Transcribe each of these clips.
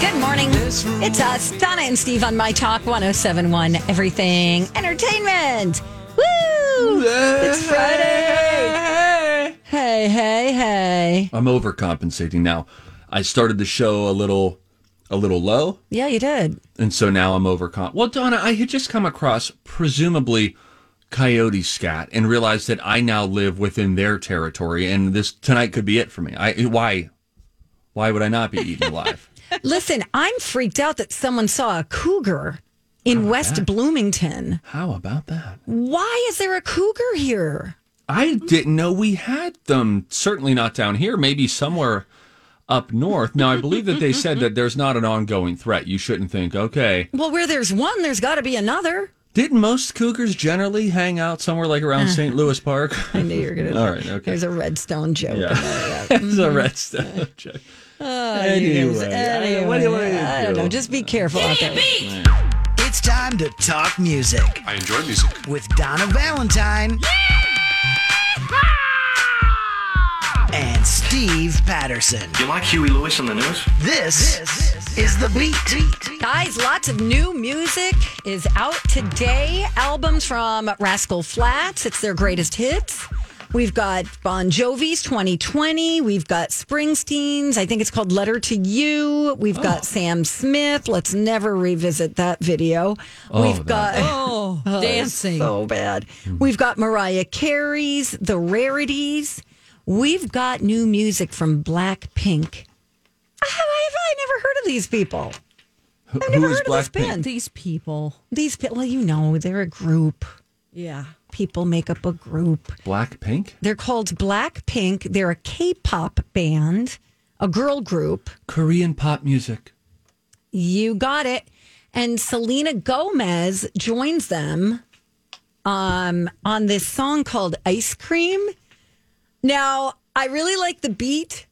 Good morning. It's us, Donna and Steve on My Talk 1071 Everything Entertainment. Woo! It's Friday. Hey, hey, hey. I'm overcompensating now. I started the show a little a little low, Yeah, you did. and so now I'm overcom. Well, Donna, I had just come across presumably coyote scat and realized that I now live within their territory and this tonight could be it for me. I why why would I not be eaten alive? Listen, I'm freaked out that someone saw a cougar Oh, in West Bloomington. How about that? Why is there a cougar here? I didn't know we had them. Certainly not down here. Maybe somewhere up north. Now, I believe that they said that there's not an ongoing threat. You shouldn't think, okay. Well, where there's one, there's got to be another. Didn't most cougars generally hang out somewhere like around St. Louis Park? Uh, I knew you were going to. All right, okay. There's a redstone joke. it's Mm-hmm. a redstone joke. Oh, anyway, I- what do you want to I don't know. Just be careful out there. It's time to talk music. I enjoy music. With Donna Valentine. And Steve Patterson. You like Huey Lewis on the news? This, is The Beat. Guys, lots of new music is out today. Albums from Rascal Flats, it's their greatest hits. We've got Bon Jovi's 2020. We've got Springsteen's. I think it's called Letter to You. We've got Sam Smith. Let's never revisit that video. We've got oh, dancing Hmm. so bad. We've got Mariah Carey's The Rarities. We've got new music from Blackpink. How have I never heard of these people? Who- I've never who is heard of this Blackpink? band. These people. These people, well, you know, they're a group. Yeah. People make up a group. Blackpink? They're called Blackpink. They're a K-pop band, a girl group. Korean pop music. You got it. And Selena Gomez joins them um, on this song called Ice Cream. Now, I really like the beat.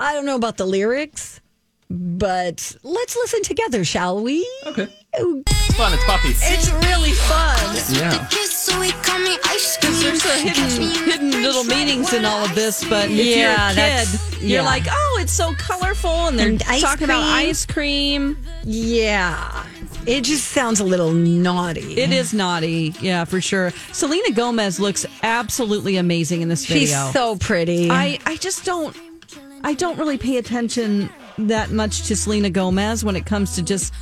I don't know about the lyrics, but let's listen together, shall we? Okay. Oh. It's fun. It's poppy. It's really fun. Yeah. Because there's a hidden, hidden little meanings in all of this, but if Yeah, you're a kid, that's- you're yeah. like, oh, it's so colorful, and they're And ice talking about cream. ice cream. Yeah. It just sounds a little naughty. It is naughty, yeah, for sure. Selena Gomez looks absolutely amazing in this video. She's so pretty. I, I just don't I don't really pay attention that much to Selena Gomez when it comes to just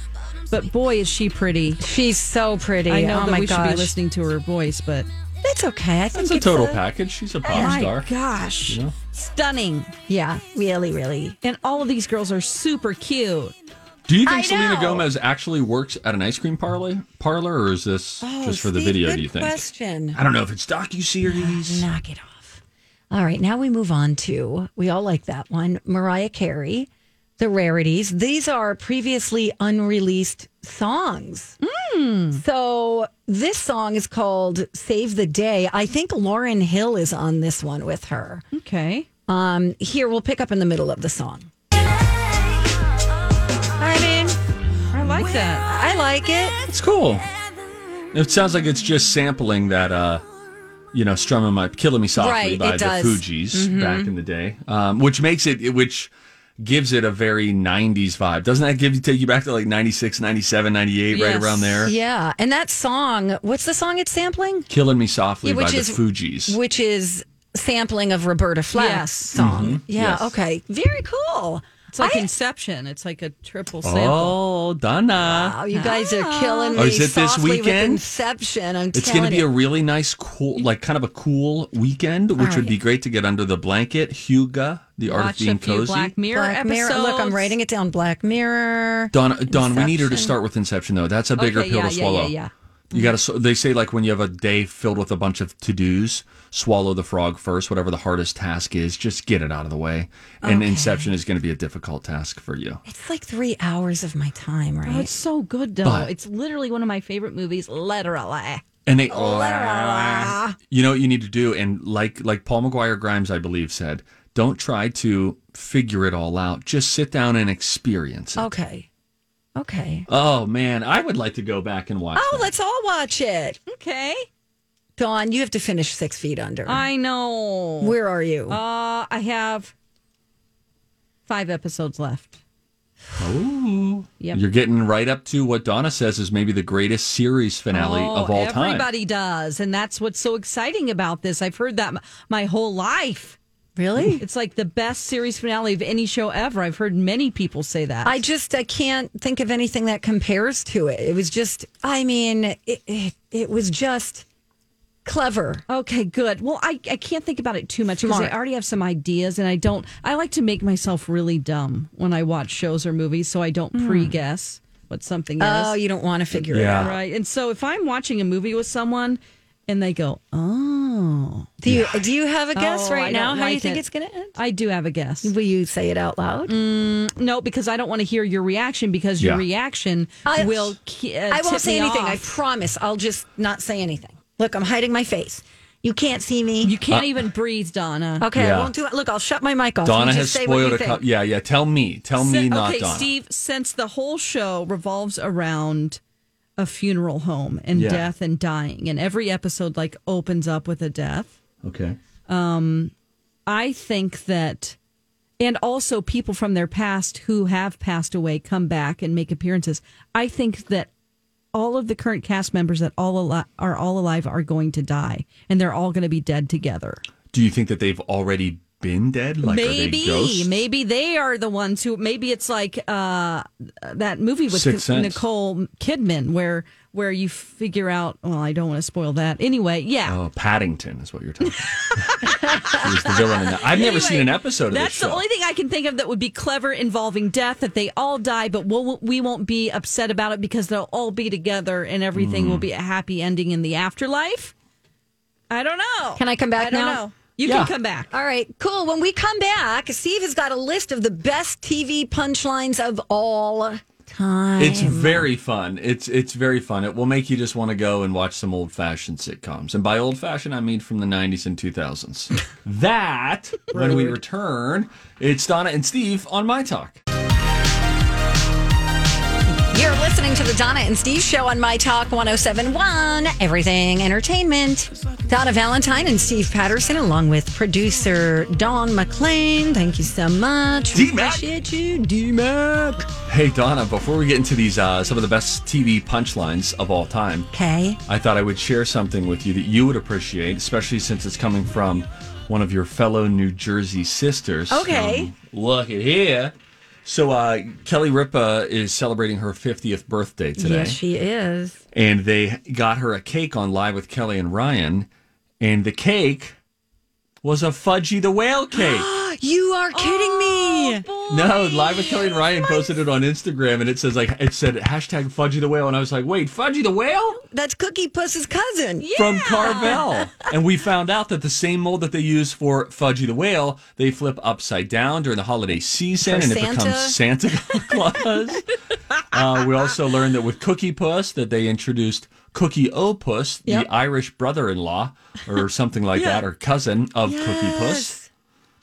but boy is she pretty. She's so pretty. I know oh that my we gosh. should be listening to her voice, but That's okay. I think It's a it's total package. She's Oh a pop my star. gosh. Stunning. Yeah, really, really. And all of these girls are super cute. Do you think I Selena know. Gomez actually works at an ice cream parlor, parlor or is this Oh, just for the video, do you think? Oh, Question. I don't know if it's docu-series. Knock it off. All right, now we move on to we all like that one. Mariah Carey, the rarities. These are previously unreleased songs. So this song is called "Save the Day." I think Lauren Hill is on this one with her. Okay. Um, here we'll pick up in the middle of the song. I mean, I like that. I like it. It's cool. It sounds like it's just sampling that, uh, you know, strumming my "Killing Me Softly" Right, by it the does. Mm-hmm. Fugees back in the day, um, which makes it, which gives it a very '90s vibe. Doesn't that give you take you back to like '96, '97, '98, right Yes. around there? Yeah, and that song. What's the song it's sampling? "Killing Me Softly" Yeah, by which the is- Fugees. Which is sampling of Roberta Flack's Yes. song. Yeah. Mm-hmm. Yes. Okay. Very cool. It's like Inception. It's like a triple sample. Oh, Donna. Wow, you guys Ah. are killing me. Oh, is it this softly with weekend? Inception. I'm It's going to be a really nice, cool, like kind of a cool weekend, which would be great to get under the blanket. Huga, the art Watch of being a few cozy. Black Mirror Black Mirror. Look, I'm episodes. writing it down. Black Mirror. Don, Don, we need her to start with Inception though. That's a bigger Okay, pill yeah, to yeah, swallow. yeah, yeah. You got to. They say like when you have a day filled with a bunch of to dos, swallow the frog first. Whatever the hardest task is, just get it out of the way. And Inception is going to be a difficult task for you. It's like three hours of my time, Oh, right? it's so good though. But- it's literally one of my favorite movies. Literally. And they, you know, what you need to do, and like like Paul McGuire Grimes, I believe, said, don't try to figure it all out. Just sit down and experience Oh. it. Okay. Okay. Oh man, I would like to go back and watch. Oh, that. let's all watch it. Okay. Dawn, you have to finish Six Feet Under. I know. Where are you? Uh, I have five episodes left. Yep. You're getting right up to what Donna says is maybe the greatest series finale of all time. Oh, Everybody does, and that's what's so exciting about this. I've heard that m- my whole life. really? It's like the best series finale of any show ever. I've heard many people say that. I just I can't think of anything that compares to it. It was just I mean it it, it was just clever. Okay, good. Well, I, I can't think about it too much because I Smart. already have some ideas and I don't. I like to make myself really dumb when I watch shows or movies so I don't pre guess what something Hmm. Oh, is. you don't want to figure it out. Yeah. Right. And so if I'm watching a movie with someone and they go, oh, Do you do you have a guess Oh, I right now don't how you like think it. Mm. it's going to end? I do have a guess. Will you say it out loud? No, because I don't want to hear your reaction because Yeah. your reaction I- will. ki- Uh, I won't tip say me anything. I Off. promise. I'll just not say anything. Look, I'm hiding my face. You can't see me. you can't even breathe, Donna. okay, I Yeah. won't do it. Look, I'll shut my mic off. Donna you has just say what spoiled you a think. couple. Yeah, yeah. Tell me, tell me, Sin- not okay, Donna. Steve, since the whole show revolves around a funeral home and Yeah. death and dying, and every episode like opens up with a death, Okay. I think that, and also people from their past who have passed away come back and make appearances. I think that all of the current cast members that all ali- are all alive are going to die, and they're all going to be dead together. Do you think that they've already been dead? Like are they maybe, ghosts? maybe they are the ones who. Maybe it's like uh, that movie with Sixth Sense. Nicole Kidman, where where you figure out. Well, I don't want to spoil that. Anyway, yeah. Oh, Paddington is what you're talking. about. She was the villain in that. I've never Anyway, seen an episode of this That's show. the only thing I can think of that would be clever involving death. That they all die, but we'll, we won't be upset about it because they'll all be together and everything Hmm. will be a happy ending in the afterlife. I don't know. Can I come back I don't now? know. You Yeah. can come back. All right, cool. When we come back, Steve has got a list of the best TV punchlines of all time. It's very fun. It's it's very fun. It will make you just want to go and watch some old fashioned sitcoms. And by old fashioned, I mean from the 90s and 2000s. that, when we return, it's Donna and Steve on My Talk. You're listening to the Donna and Steve show on My Talk 1071, Everything Entertainment. Donna Valentine and Steve Patterson, along with producer Dawn McLean. Thank you so much. We D-Mac. Appreciate you. D Mac. Hey, Donna, before we get into these, uh, some of the best TV punchlines of all time, Okay. I thought I would share something with you that you would appreciate, especially since it's coming from one of your fellow New Jersey sisters. Okay. Um, look at here. So uh, Kelly Ripa is celebrating her 50th birthday today, Yes, she is. and they got her a cake on Live with Kelly and Ryan, and the cake was a Fudgy the Whale cake. You are kidding me. No, live with Kelly and Ryan posted it on Instagram, and it says like it said hashtag Fudgy the Whale, and I was like, wait, Fudgy the Whale That's Cookie Puss's cousin. from Carvel, and we found out that the same mold that they use for Fudgy the Whale, they flip upside down during the holiday season, For and it becomes Santa Claus. uh, we also learned that with Cookie Puss, that they introduced Cookie O Puss, the Irish brother-in-law, or something like that, or cousin of Cookie Puss.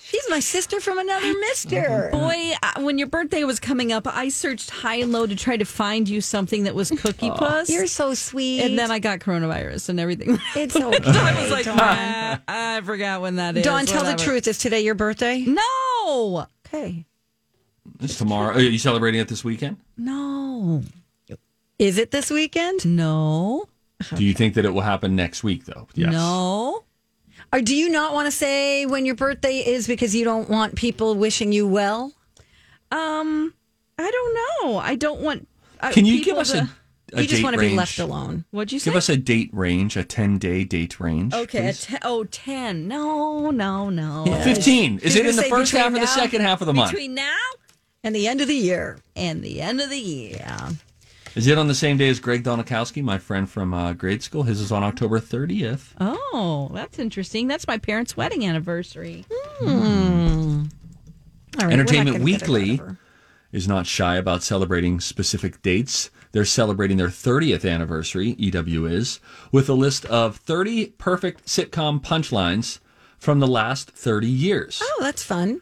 She's my sister from another mister. Boy, uh, when your birthday was coming up, I searched high and low to try to find you something that was cookie puss. You're so sweet. and then I got coronavirus and everything. it's okay. I was like, "Ah, I forgot when that is. Dawn, tell the whatever." truth. Is today your birthday? No, Okay. It's tomorrow. Are you celebrating it this weekend? no, Is it this weekend? no, Uh-huh. Do you think that it will happen next week, though? Yes. no. Or do you not want to say when your birthday is because you don't want people wishing you well? Um, I don't know. I don't want. I- Can you give people us to- a, a you date just want to range? be left alone. What'd you say? Give us a date range, a 10 day date range. okay. A please. te- oh, 10. No, no, no. 15. Is it gonna in the say first half or between the now- second half of the month? Between now And the end of the year. and the end of the year. Is it on the same day as Greg Donikowski, my friend from uh, grade school? His is on October 30th. Oh, that's interesting. That's my parents' wedding anniversary. All right, we're not Entertainment gonna get it out Weekly. of her. Is not shy about celebrating specific dates. They're celebrating their 30th anniversary, EW is, with a list of 30 perfect sitcom punchlines from the last 30 years. Oh, that's fun.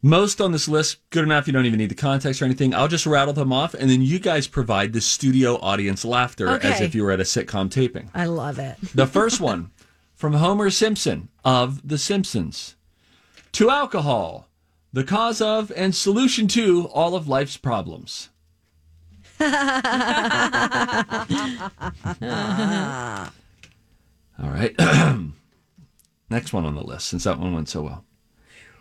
Most on this list, good enough. You don't even need the context or anything. I'll just rattle them off, and then you guys provide the studio audience laughter as Okay. if you were at a sitcom taping. I love it. The first one from Homer Simpson of The Simpsons To alcohol, the cause of and solution to all of life's problems. all right. Next one on the list, since that one went so well.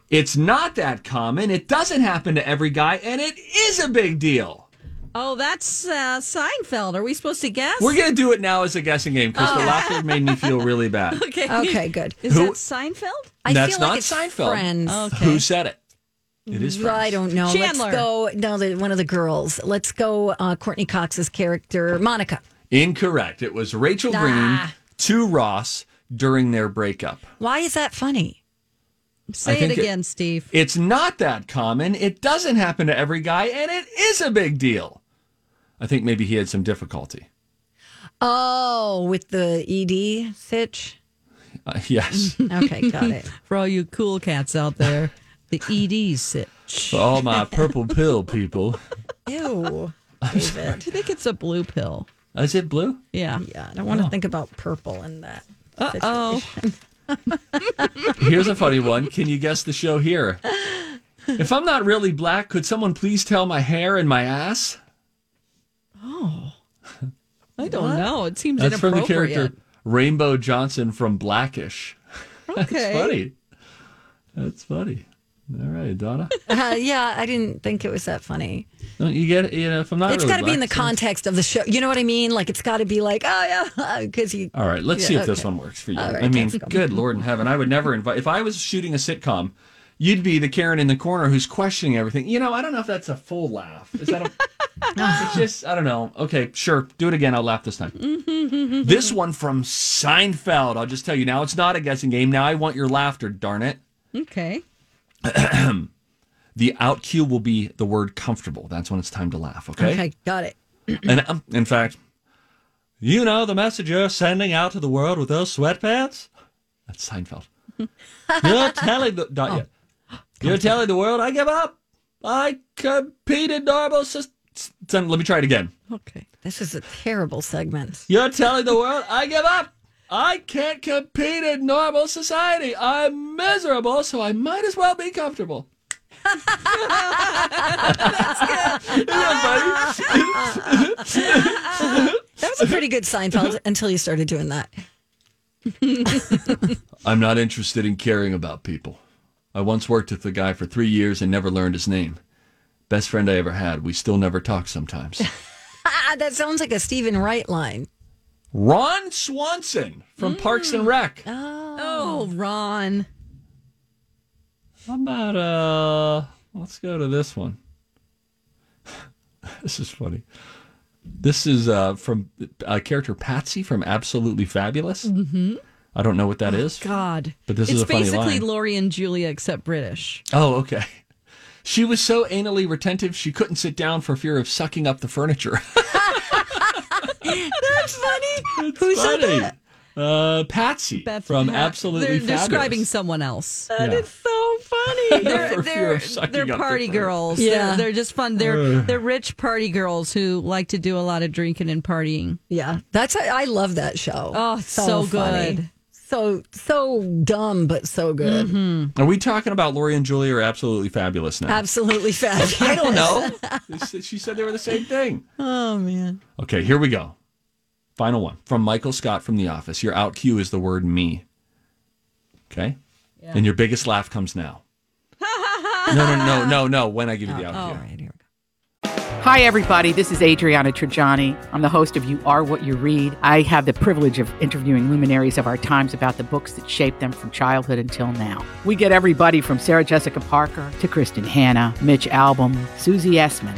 It's not that common. It doesn't happen to every guy, and it is a big deal. Oh, that's uh, Seinfeld. Are we supposed to guess? We're going to do it now as a guessing game because the laughter made me feel really bad. okay. Okay, good. Is Who- that Seinfeld? I That's feel not like it's Seinfeld. Friends. Okay. Mm, Who said it? It is Well, Friends. I don't know. Chandler. Let's go. No, the, one of the girls. Let's go. Uh, Courtney Cox's character, Monica. Incorrect. It was Rachel Green Ah. to Ross during their breakup. Why is that funny? Say think it it- again, Steve. It's not that common. It doesn't happen to every guy, and it is a big deal. I think maybe he had some difficulty. Oh, with the ED sitch. Uh, yes. Okay, got it. For all you cool cats out there, the E ED sit. For all Oh, my purple pill people. Ew. I think it's a blue pill. Is it blue? Yeah. Yeah, I don't want to think about purple in that. Oh, Here's a funny one. Can you guess the show here? If I'm not really black, could someone please tell my hair and my ass? I don't know. It seems That's from the inappropriate. character Rainbow Johnson from Blackish. Okay. That's funny. That's funny. All right, Donna. Uh, yeah, I didn't think it was that funny. Don't you get it? You know, if I'm not, It's really got to be in the black, so- context of the show. You know what I mean? Like, it's got to be like, oh, yeah, because you. All right, let's see if Yeah, this okay. one works for you. All right, I mean, let's go. good Lord in heaven, I would never invite. If I was shooting a sitcom, you'd be the Karen in the corner who's questioning everything. You know, I don't know if that's a full laugh. Is that a? it's just I don't know. Okay, sure, do it again. I'll laugh this time. this one from Seinfeld. I'll just tell you now. It's not a guessing game. Now I want your laughter. Darn it. Okay. The out cue will be the word comfortable. That's when it's time to laugh. Okay, got it. And um, in fact, you know the message you're sending out to the world with those sweatpants? That's Seinfeld. you're telling the not yet. You're telling the world I give up. I compete in normal systems. Let me try it again. Okay. This is a terrible segment. You're telling the world I give up. I can't compete in normal society. I'm miserable, so I might as well be comfortable. That's good. Isn't that funny? That was a pretty good Seinfeld until you started doing that. I'm not interested in caring about people. I once worked with a guy for three years and never learned his name. Best friend I ever had. We still never talk sometimes. Ah, that sounds like a Stephen Wright line. Ron Swanson from Parks and Rec. Oh, Ron. How about uh let's go to this one. this is funny. This is uh from uh, character Patsy from Absolutely Fabulous. Mm-hmm. I don't know what that is. God. But this it's is a funny basically line. Lori and Julia, except British. Oh, okay. She was so anally retentive she couldn't sit down for fear of sucking up the furniture. That's funny. Who said that? Uh, Patsy from Absolutely They're Fabulous. describing someone else. Yeah. so funny. For they're fear they're, of sucking they're up their Uh. party friends. girls. Yeah. They're, they're just fun. They're they're rich party girls who like to do a lot of drinking and partying. Yeah, that's I love that show. Oh, it's so funny. good. So so dumb, but so good. Are we talking about Lori and Julie are absolutely fabulous now? Absolutely fabulous. I don't no. They said- she said they were the same thing. Oh, man. Okay, here we go. Final one from Michael Scott from The Office. Your out cue is the word me. Okay? And your biggest laugh comes now. No, no, no, no, no. When I give you the out. All yeah. right, here we go. Hi, everybody. This is Adriana Trajani. I'm the host of You Are What You Read. I have the privilege of interviewing luminaries of our times about the books that shaped them from childhood until now. We get everybody from Sarah Jessica Parker to Kristen Hanna, Mitch Albom, Susie Essman,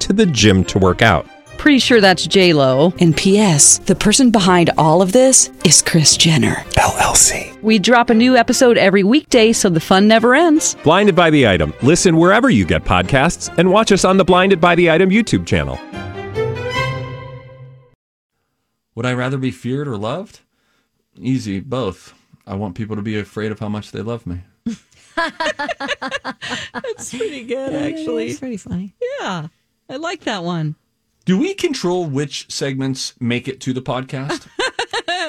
to the gym to work out. Pretty sure that's J Lo. And P.S. The person behind all of this is Chris Jenner. LLC. We drop a new episode every weekday, so the fun never ends. Blinded by the Item. Listen wherever you get podcasts and watch us on the Blinded by the Item YouTube channel. Would I rather be feared or loved? Easy, both. I want people to be afraid of how much they love me. Pretty good, actually. It's pretty funny. Yeah, I like that one. Do we control which segments make it to the podcast?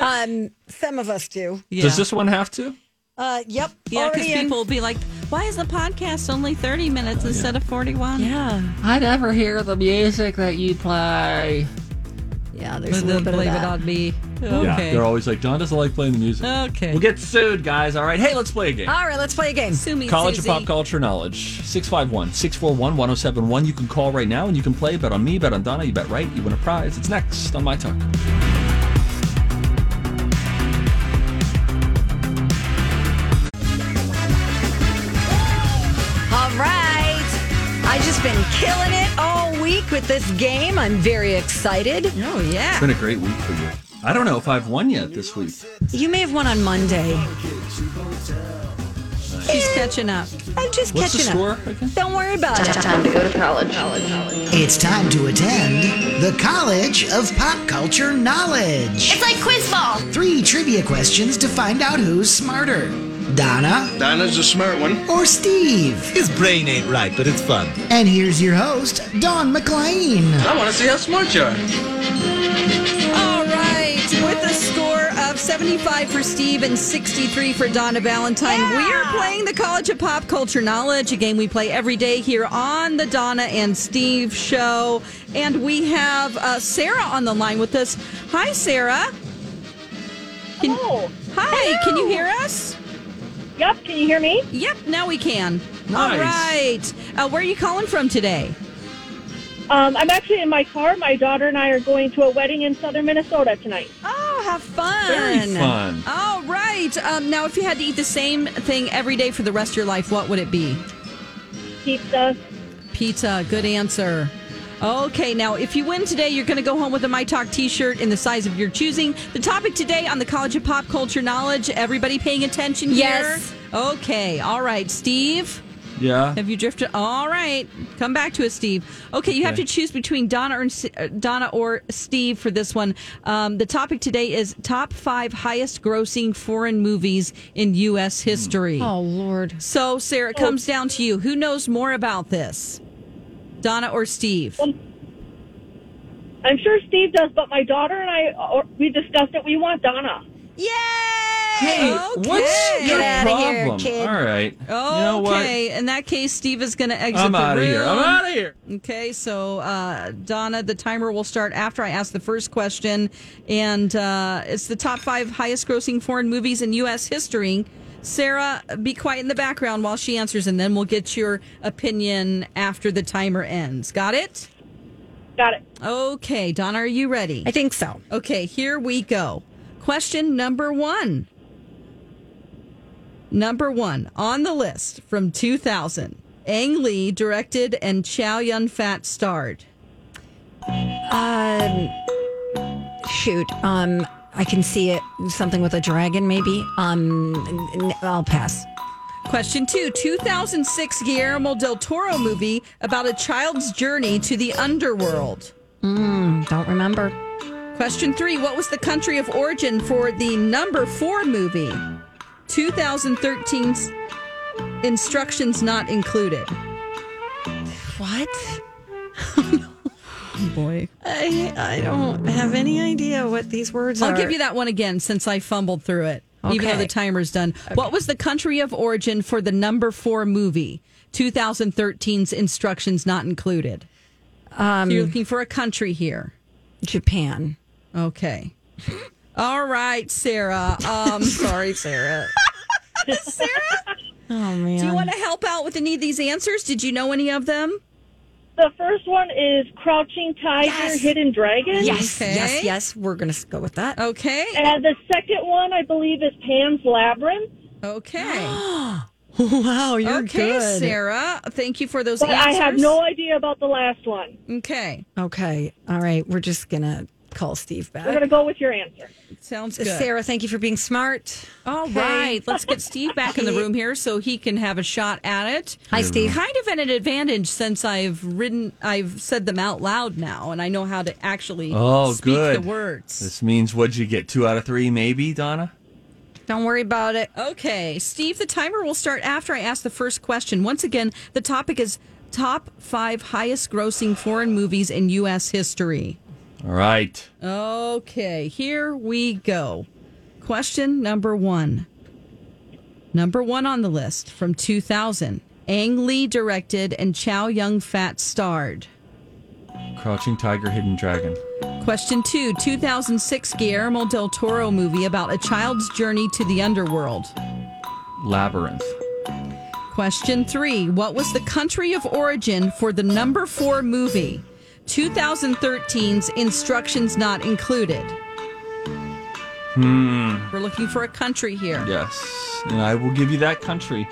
Um, some of us do. Yeah. Does this one have to? Uh, yep. yeah, because already in. people will be like, why is the podcast only 30 minutes instead of 41? Yeah, I never hear the music that you play. yeah. There's But a little then bit of blame it that. on me. Yeah, Okay. they're always like, Don doesn't like playing the music. Okay. We'll get sued, guys. All right. Hey, let's play a game. All right, let's play a game. Sue me, College Susie. of Pop Culture Knowledge, 651 641 1071. You can call right now and you can play. Bet on me, bet on Donna, you bet right, you win a prize. It's next on My Talk. All right. I just been killing it all week with this game. I'm very excited. Oh, yeah. It's been a great week for you. I don't know if I've won yet this week. You may have won on Monday. She's catching up. I'm just What's the catching score up. again? Don't worry about it. It's time to attend the College of Pop Culture Knowledge. It's like Quiz Ball. Three trivia questions to find out who's smarter Donna Dinah's a smart one. or Steve. His brain ain't right, but it's fun. And here's your host, Don McLean. I want to see how smart you are. All right, with a score of 75 for Steve and 63 for Donna Valentine, we are playing the College of Pop Culture Knowledge, a game we play every day here on the Donna and Steve show. And we have uh, Sarah on the line with us. Hi, Sarah. Can, Hi, can you hear us? Yep, can you hear me? Yep, now we can. All Nice. right. Uh, where are you calling from today? Um, I'm actually in my car. My daughter and I are going to a wedding in southern Minnesota tonight. Oh, have fun. Very fun. All right. Um, now, if you had to eat the same thing every day for the rest of your life, what would it be? Pizza. Pizza. Good answer. Okay, now if you win today, you're going to go home with a My Talk t shirt in the size of your choosing. The topic today on the College of Pop Culture Knowledge. Everybody paying attention Yes. here? Okay, all right. Steve, Yeah. have you drifted? All right, come back to us, Steve. Okay, you have to choose between Donna or, uh, Donna or Steve for this one. Um, the topic today is top five highest grossing foreign movies in U.S. history. Oh, Lord. So, Sarah, it Oh. comes down to you. Who knows more about this? Donna or Steve? Um, I'm sure Steve does, but my daughter and I, or, we discussed it. We want Donna. Yay! Hey, what's okay. your outta here, problem? kid. All right. Okay. You know what? In that case, Steve is going to exit I'm the out of room. here. I'm out of here. Okay, so uh, Donna, the timer will start after I ask the first question, and uh, it's the top five highest-grossing foreign movies in U.S. history. Sarah, be quiet in the background while she answers, and then we'll get your opinion after the timer ends. Got it? Got it. Okay, Donna, are you ready? I think so. Okay, here we go. Question number one. Number one on the list from 2000. Ang Lee directed and Chow Yun Fat starred. Um, shoot. Um, I can see it. Something with a dragon, maybe. Um, n- I'll pass. Question two 2006 Guillermo del Toro movie about a child's journey to the underworld. Hmm, Don't remember. Question three What was the country of origin for the number four movie? 2013's Instructions not included. What? Oh, boy. I, I don't have any idea what these words are. I'll give you that one again since I fumbled through it, even though Okay. the timer's done. What was the country of origin for the number four movie? 2013's instructions not included. Um, So you're looking for a country here. Japan. Okay. All right, Sarah. Um, sorry, Sarah. Oh man. Do you want to help out with any of these answers? Did you know any of them? The first one is Crouching Tiger, Yes. Hidden Dragon. Yes, Okay. yes, yes. We're gonna go with that. Okay. And Uh, the second one, I believe, is Pan's Labyrinth. Okay. wow, Oh, you're okay, good. Sarah. Thank you for those But I answers. have no idea about the last one. Okay. Okay, all right. We're just gonna call Steve We're back. Uh, going to go with your answer. Sounds good. Sarah, thank you for being smart. All right, let's get Steve back in the room here so he can have a shot at it. Hi, Steve. Kind of at an advantage since I've written, I've said them out loud now, and I know how to actually Oh, speak good. the words. This means what'd you get? Two out of three, maybe, Donna? Don't worry about it. Okay, Steve, the timer will start after I ask the first question. Once again, the topic is top five highest grossing foreign movies in U.S. history. All right. Okay, here we go. Question number one. Number one on the list from 2000. Ang Lee directed and Chow Yun Fat starred. Crouching Tiger, Hidden Dragon. Question two 2006 Guillermo del Toro movie about a child's journey to the underworld. Labyrinth. Question three What was the country of origin for the number four movie? 2013's Instructions Not Included. Hmm. We're looking for a country here. Yes. And I will give you that country.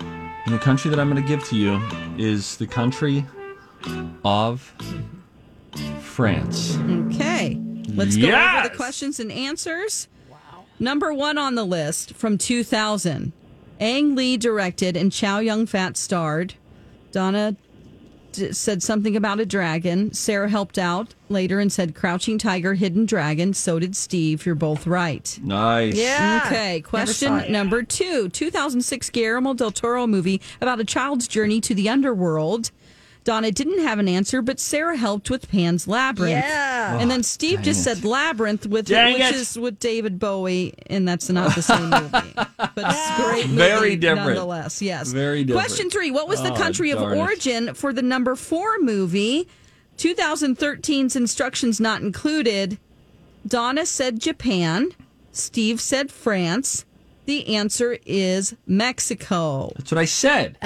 And the country that I'm going to give to you is the country of France. Okay. Let's go over Yes! the questions and answers. Wow. Number one on the list from 2000. Ang Lee directed and Chow Yun Fat starred. Donna d- said something about a dragon. Sarah helped out later and said Crouching Tiger, Hidden Dragon. So did Steve. You're both right. Nice. Okay, saw question it. number two 2006 Guillermo del Toro movie about a child's journey to the underworld. Donna didn't have an answer, but Sarah helped with Pan's Labyrinth. Yeah. Oh, And then Steve just said Labyrinth, with Dang which it. is with David Bowie, and that's not the same movie. But it's a great movie Very different. nonetheless. Yes. Very different. Question three What was the Oh, country of darn it. origin for the number four movie? 2013's instructions not included. Donna said Japan. Steve said France. The answer is Mexico. That's what I said.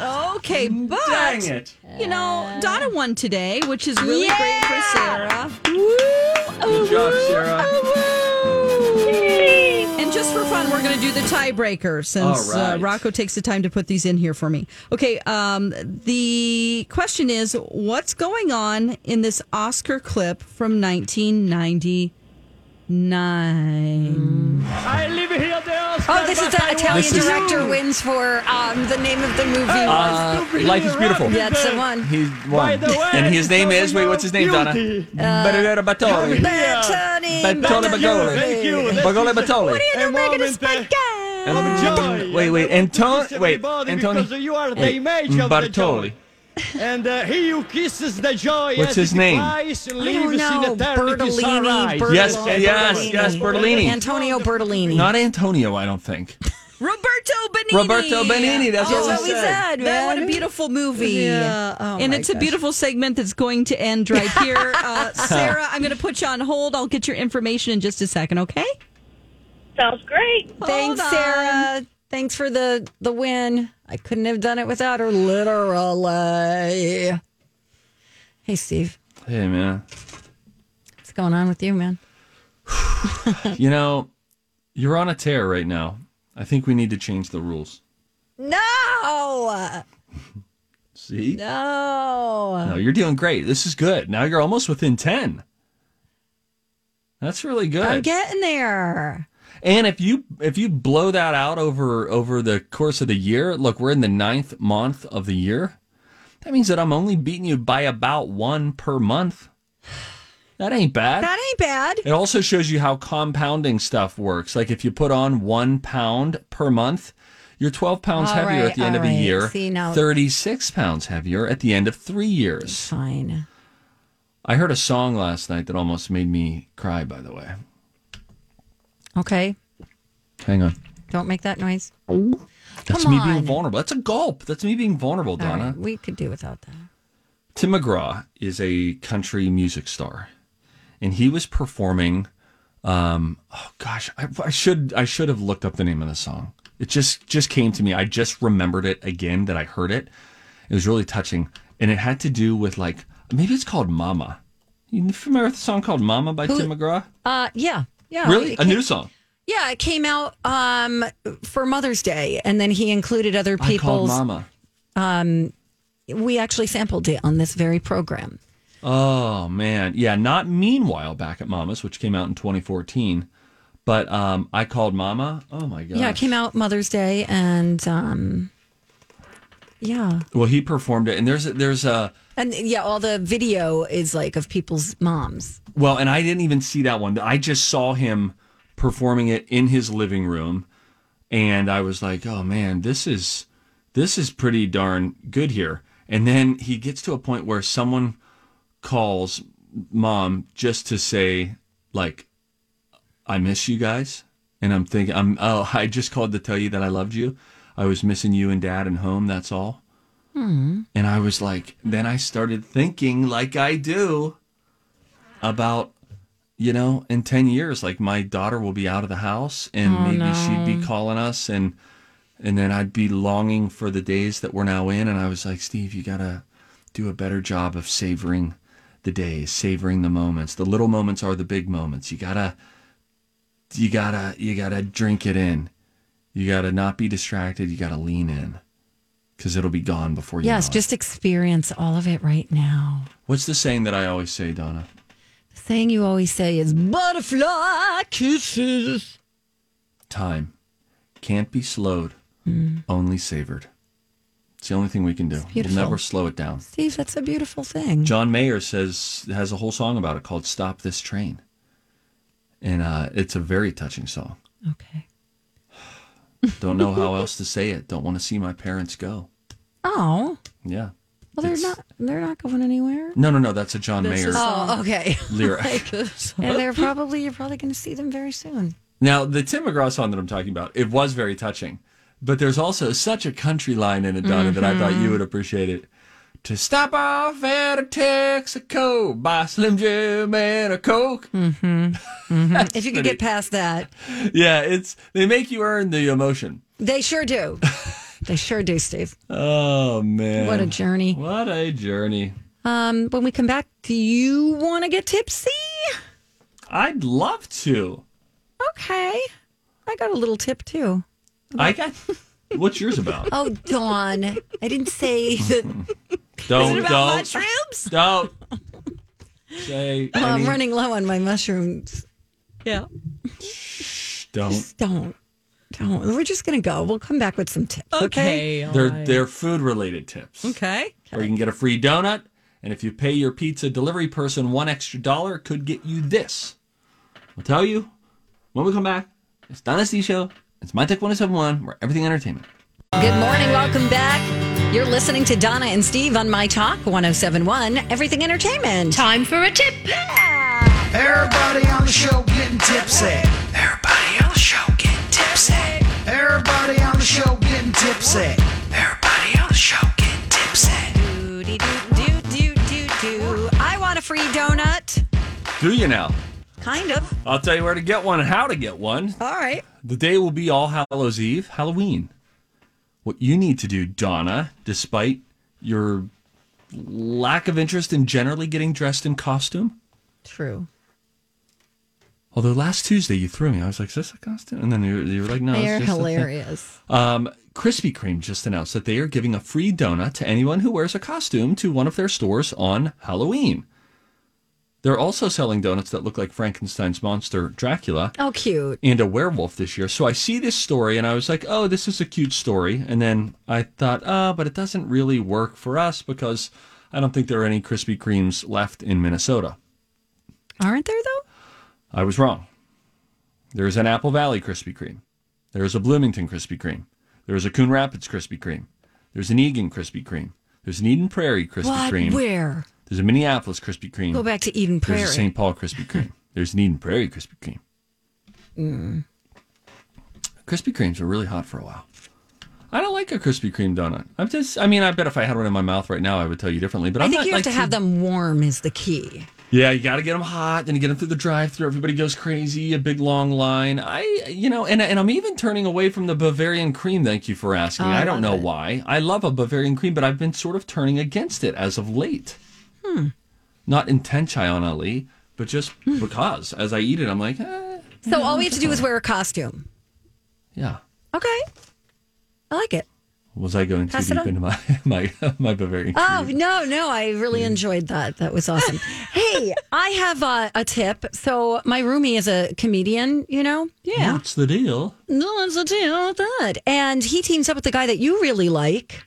Okay, but Dang it. you know, Donna won today, which is really great for Sarah. Good job, Sarah. And just for fun, we're going to do the tiebreaker since All right. uh, Rocco takes the time to put these in here for me. Okay, um, the question is what's going on in this Oscar clip from 1999? Oh, this is the Italian This is- director wins for um, the name of the movie. Uh, life is beautiful. That's the one. He's one. and his name is, wait, what's his name, Donna? Uh, Barriera Batoli. Bertoni Batoli Bagnoli. Bagoli. Bagoli Batoli. What are you doing making a spike And- Wait, wait, Anton, wait, Antoni. because you are the Wait, image of the Bartoli. joy. And uh, he who kisses the joy What's as his it name? lies don't lives in Oh, know. eternity's Bertolini. sunrise. Bertolini. Yes, yes, yes, Bertolini. Antonio Bertolini. Not Antonio, I don't think. Roberto Benini. Roberto Benini. That's That's what what we we said. said, That man. what a beautiful movie. Yeah. Oh, and my it's a gosh. beautiful segment that's going to end right here. Uh, Sarah, I'm going to put you on hold. I'll get your information in just a second, okay? Sounds great. Thanks, Hold on. Sarah. Thanks for the the win. I couldn't have done it without her, literally. Hey, Steve, Hey, man. what's going on with you, man? You know, you're on a tear right now. I think we need to change the rules. No, See? no. Oh, No, you're doing great. This is good. Now you're almost within 10. That's really good. I'm getting there. And if you if you blow that out over over the course of the year, look, we're in the ninth month of the year. That means that I'm only beating you by about one per month. That ain't bad. That ain't bad. It also shows you how compounding stuff works. Like if you put on one pound per month, you're 12 pounds All heavier right, at the end all of a right. year, See, now- 36 pounds heavier at the end of three years. Fine. I heard a song last night that almost made me cry, by the way. Okay. Hang on. Don't make that noise. That's Come me being on. vulnerable. That's a gulp. That's me being vulnerable, All Donna. right, We could do without that. Tim McGraw is a country music star, and he was performing. Um, oh gosh, I, I should I should have looked up the name of the song. It just just came to me. I just remembered it again that I heard it. It was really touching, and it had to do with like maybe it's called Mama. You familiar with the song called Mama by Tim McGraw? Uh, yeah. Yeah. really, It a new came- song. Yeah, it came out um, for Mother's Day, and then he included other I people's. called Mama. We actually sampled it on this very program. Oh man, yeah. Not meanwhile back at Mama's, which came out in 2014, but um, I called Mama. Oh my god. Yeah, it came out Mother's Day, and um, yeah, Well, he performed it, and there's there's a and yeah, all the video is like of people's moms. well, and I didn't even see that one. I just saw him performing it in his living room, and I was like, oh man, this is this is pretty darn good here. And then he gets to a point where someone calls mom just to say like, I miss you guys, and I'm thinking, I'm oh, I just called to tell you that I loved you. I was missing you and dad and home. That's all. And I was like, then I started thinking, like I do, about, you know, in 10 years, like my daughter will be out of the house and maybe she'd be calling us and, and then I'd be longing for the days that we're now in. And I was like, Steve, you gotta do a better job of savoring the days, savoring the moments. The little moments are the big moments. You gotta, you gotta, you gotta drink it in. You gotta not be distracted. You gotta lean in because it'll be gone before you Yes, know it. just experience all of it right now. What's the saying that I always say, Donna? The saying you always say is butterfly kisses. Time can't be slowed, only savored. It's the only thing we can do. We'll beautiful. never slow it down. Steve, that's a beautiful thing. John Mayer says has a whole song about it called "Stop This Train," and uh, it's a very touching song. okay. Don't know how else to say it. Don't want to see my parents go. Oh, Yeah. well, they're It's- not. They're not going anywhere. No, no, no. That's a John Mayer Oh, okay. lyric. and they're probably you're probably going to see them very soon. Now, the Tim McGraw song that I'm talking about, it was very touching, but there's also such a country line in it, Donna, that I thought Mm-hmm. you would appreciate it. To stop off at a Texaco, buy Slim Jim and a Coke. Hmm. If you could get past that, Yeah, it's they make you earn the emotion. they sure do. they sure do, Steve. Oh man, What a journey. what a journey! Um, when we come back, do you want to get tipsy? I'd love to. Okay. I got a little tip too. I got. What's yours about? Oh, Dawn. I didn't say that. Don't about don't mushrooms? don't say Oh, I'm any- running low on my mushrooms. Yeah. don't. Don't. Don't. We're just going to go. We'll come back with some tips. Okay. They're they're food related tips. Okay. Or you can get a free donut. And if you pay your pizza delivery person one extra dollar, it could get you this. I'll tell you when we come back. It's Donna C Show. It's My Tech 1071, where everything entertainment. Good morning. Welcome back. You're listening to Donna and Steve on My Talk 1071, Everything Entertainment. Time for a tip. Everybody on the show getting tipsy. Everybody on the show getting tipsy. Everybody on the show getting tipsy. Everybody on the show getting tipsy. Do, do, do, do, do, do. I want a free donut. Do you now? Kind of. I'll tell you where to get one and how to get one. All right. The day will be All Hallows Eve, Halloween. What you need to do, Donna, despite your lack of interest in generally getting dressed in costume, True. Although last Tuesday you threw me, I was like, "Is this a costume?" And then you, you were like, "No, They're it's just a thing." hilarious. Um, Krispy Kreme just announced that they are giving a free donut to anyone who wears a costume to one of their stores on Halloween. They're also selling donuts that look like Frankenstein's monster, Dracula, Oh, cute. and a werewolf this year. So I see this story and I was like, "Oh, this is a cute story." And then I thought, "Ah, but it doesn't really work for us because I don't think there are any Krispy Kremes left in Minnesota." Aren't there though? I was wrong. There's an Apple Valley Krispy Kreme. There's a Bloomington Krispy Kreme. There's a Coon Rapids Krispy Kreme. There's an Eagan Krispy Kreme. There's an Eden Prairie Krispy What? Kreme. Where? There's a Minneapolis Krispy Kreme. Go back to Eden Prairie. There's a St. Paul Krispy Kreme. There's an Eden Prairie Krispy Kreme. Hmm. Krispy Kremes were really hot for a while. I don't like a Krispy Kreme donut. I'm just, I mean, I bet if I had one in my mouth right now, I would tell you differently. But I'm I think not you have like to have them warm is the key. Yeah, you got to get them hot, then you get them through the drive-through. Everybody goes crazy, a big long line. I, you know, and and I'm even turning away from the Bavarian cream. Thank you for asking. Oh, I, don't know why. I love a Bavarian cream, but I've been sort of turning against it as of late. Hmm. Not intentionally, but just because as I eat it, I'm like, eh, So all we have to do is wear a costume. yeah. Okay. I like it. Was I going too Pass it deep on. into my my my Bavarian cream? Oh, no, no. I really enjoyed that. That was awesome. hey, I have uh, a tip. So my roomie is a comedian, you know? Yeah. What's the deal? No, it's a deal with that. And he teams up with a guy that you really like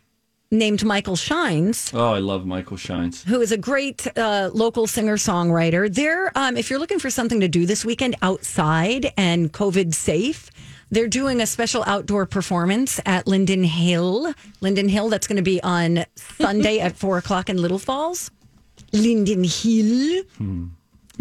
named Michael Shines. Oh, I love Michael Shines. who is a great uh, local singer songwriter. They're, um, if you're looking for something to do this weekend outside and COVID safe, they're doing a special outdoor performance at Linden Hill. Linden Hill, that's going to be on Sunday at four o'clock in Little Falls. Linden Hill.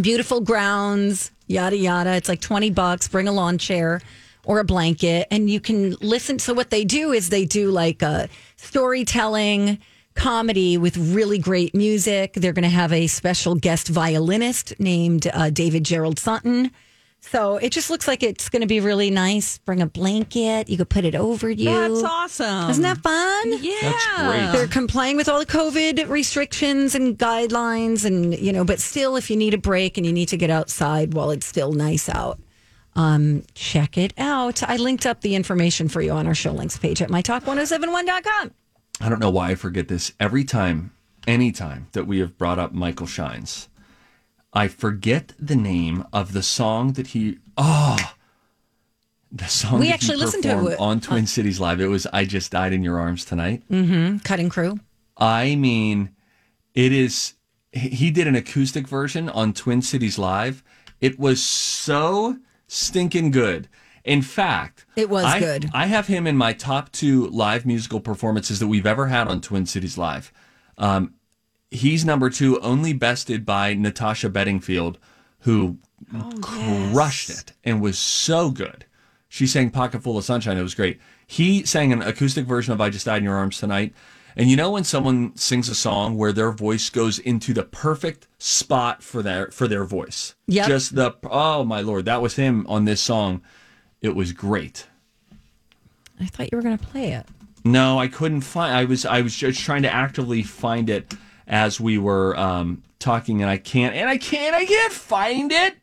Beautiful grounds, yada, yada. It's like 20 bucks. Bring a lawn chair or a blanket and you can listen. So, what they do is they do like a storytelling comedy with really great music. They're going to have a special guest violinist named uh, David Gerald Sutton. So, it just looks like it's going to be really nice. Bring a blanket. You could put it over you. That's awesome. Isn't that fun? Yeah. That's great. They're complying with all the COVID restrictions and guidelines, and you know, but still, if you need a break and you need to get outside while it's still nice out, um, check it out. I linked up the information for you on our show links page at mytalk1071.com. I don't know why I forget this every time, any time that we have brought up Michael Shines. I forget the name of the song that he. Oh, the song We that he actually listened to performed it. on Twin Cities Live. It was "I Just Died in Your Arms Tonight." Cutting crew. I mean, it is. he- He did an acoustic version on Twin Cities Live. It was so stinking good. In fact, It was I- good. I have him in my top two live musical performances that we've ever had on Twin Cities Live. Um, he's number two, only bested by Natasha Bedingfield, who crushed it and was so good. She sang Pocket Full of Sunshine. It was great. He sang an acoustic version of I Just Died in Your Arms Tonight. And you know when someone sings a song where their voice goes into the perfect spot for their for their voice. Yep. Just the oh my lord, that was him on this song. It was great. I thought you were going to play it. No, I couldn't find. I was I was just trying to actively find it as we were um, talking, and I can't. And I can't. I can't find it.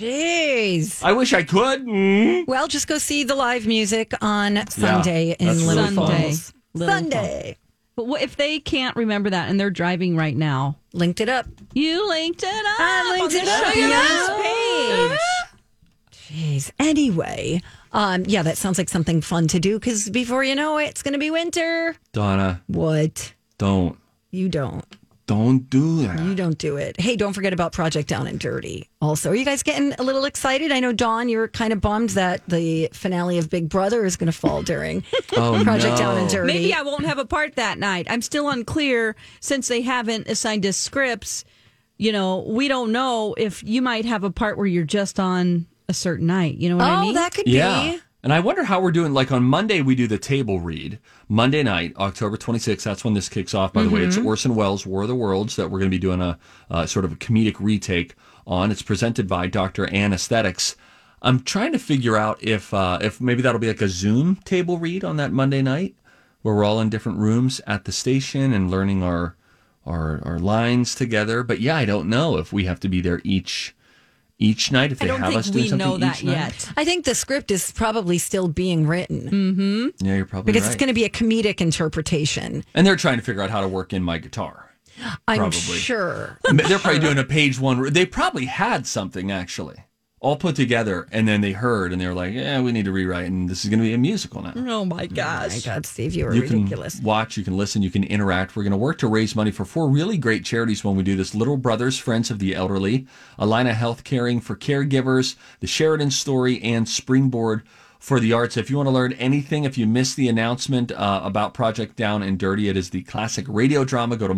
Jeez. I wish I could. Mm. Well, just go see the live music on Sunday in that's Little really fun. Sunday. Falls. Little Sunday. But what, if they can't remember that and they're driving right now, Linked it up. you linked it up. I linked on it up, the show yeah. page. Jeez. Anyway, um, yeah, that sounds like something fun to do because before you know it, it's going to be winter. Donna, What? don't You don't. don't do that. You don't do it. Hey, don't forget about Project Down and Dirty. Also, are you guys getting a little excited? I know, Dawn, you're kind of bummed that the finale of Big Brother is going to fall during Oh, Project no. Down and Dirty. Maybe uh, I won't have a part that night. I'm still unclear since they haven't assigned us scripts. You know, we don't know if you might have a part where you're just on a certain night. You know what oh, I mean? that could Yeah. be. And I wonder how we're doing. Like on Monday, we do the table read. Monday night, October 26th, that's when this kicks off, by the way. It's Mm-hmm. Orson Welles' War of the Worlds that we're going to be doing a uh, sort of a comedic retake on. It's presented by Dr. Anesthetics. I'm trying to figure out if uh, if maybe that'll be like a Zoom table read on that Monday night where we're all in different rooms at the station and learning our our our lines together. But yeah, I don't know if we have to be there each each night if I they don't have us think do we something know that each night. yet. Hmm. I think the script is probably still being written Yeah, you're probably because right. it's going to be a comedic interpretation. And they're trying to figure out how to work in my guitar. I'm Probably. sure. they're probably doing a page one. They probably had something actually. all put together, and then they heard, and they were like, "Yeah, we need to rewrite, and this is going to be a musical now." Oh my gosh. Mm, God, Steve, you were you ridiculous. can watch, you can listen, you can interact. We're going to work to raise money for four really great charities when we do this Little Brothers, Friends of the Elderly, Alina Health Caring for Caregivers, The Sheridan Story, and Springboard for the Arts. If you want to learn anything, if you missed the announcement uh, about Project Down and Dirty, it is the classic radio drama. Go to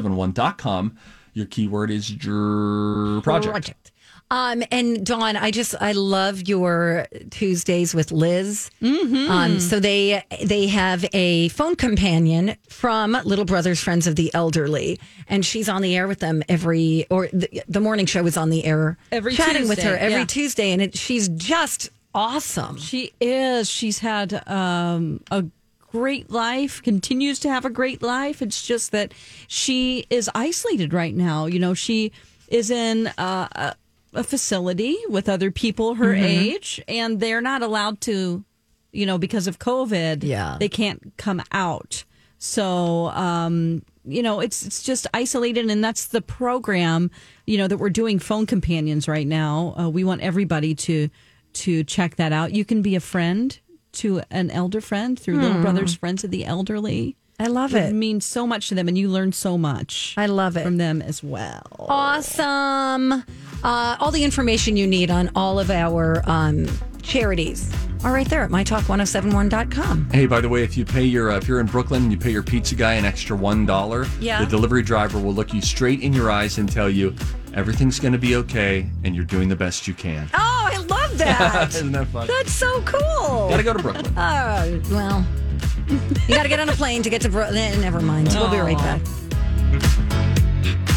mytalk1071.com. Your keyword is Jer Project. Um, and Dawn, I just I love your Tuesdays with Liz. Mm-hmm. Um, so they they have a phone companion from Little Brothers Friends of the Elderly, and she's on the air with them every or the, the morning show is on the air Every chatting with her Tuesday, every yeah. Tuesday, and it, she's just awesome. She is. She's had um, a great life, continues to have a great life. It's just that she is isolated right now. You know, she is in uh, a, a facility with other people her age, and they're not allowed to, you know, because of COVID, Yeah. they can't come out. So, um, you know, it's it's just isolated, and that's the program, you know, that we're doing phone companions right now. Uh, we want everybody to to check that out. You can be a friend to an elder friend through Little Brothers Friends of the Elderly. I Hmm. love It means so much to them, and you learn so much I love it. from them as well. Awesome. Uh, all the information you need on all of our um, charities are right there at mytalk1071.com. Hey, by the way, if you pay your uh, if you're in Brooklyn and you pay your pizza guy an extra one dollar, Yeah. the delivery driver will look you straight in your eyes and tell you everything's going to be okay and you're doing the best you can. Oh, I love that. Isn't that fun? That's so cool. Gotta go to Brooklyn. Oh, eh, well, you got to get on a plane to get to Brooklyn. Never mind. We'll be right back.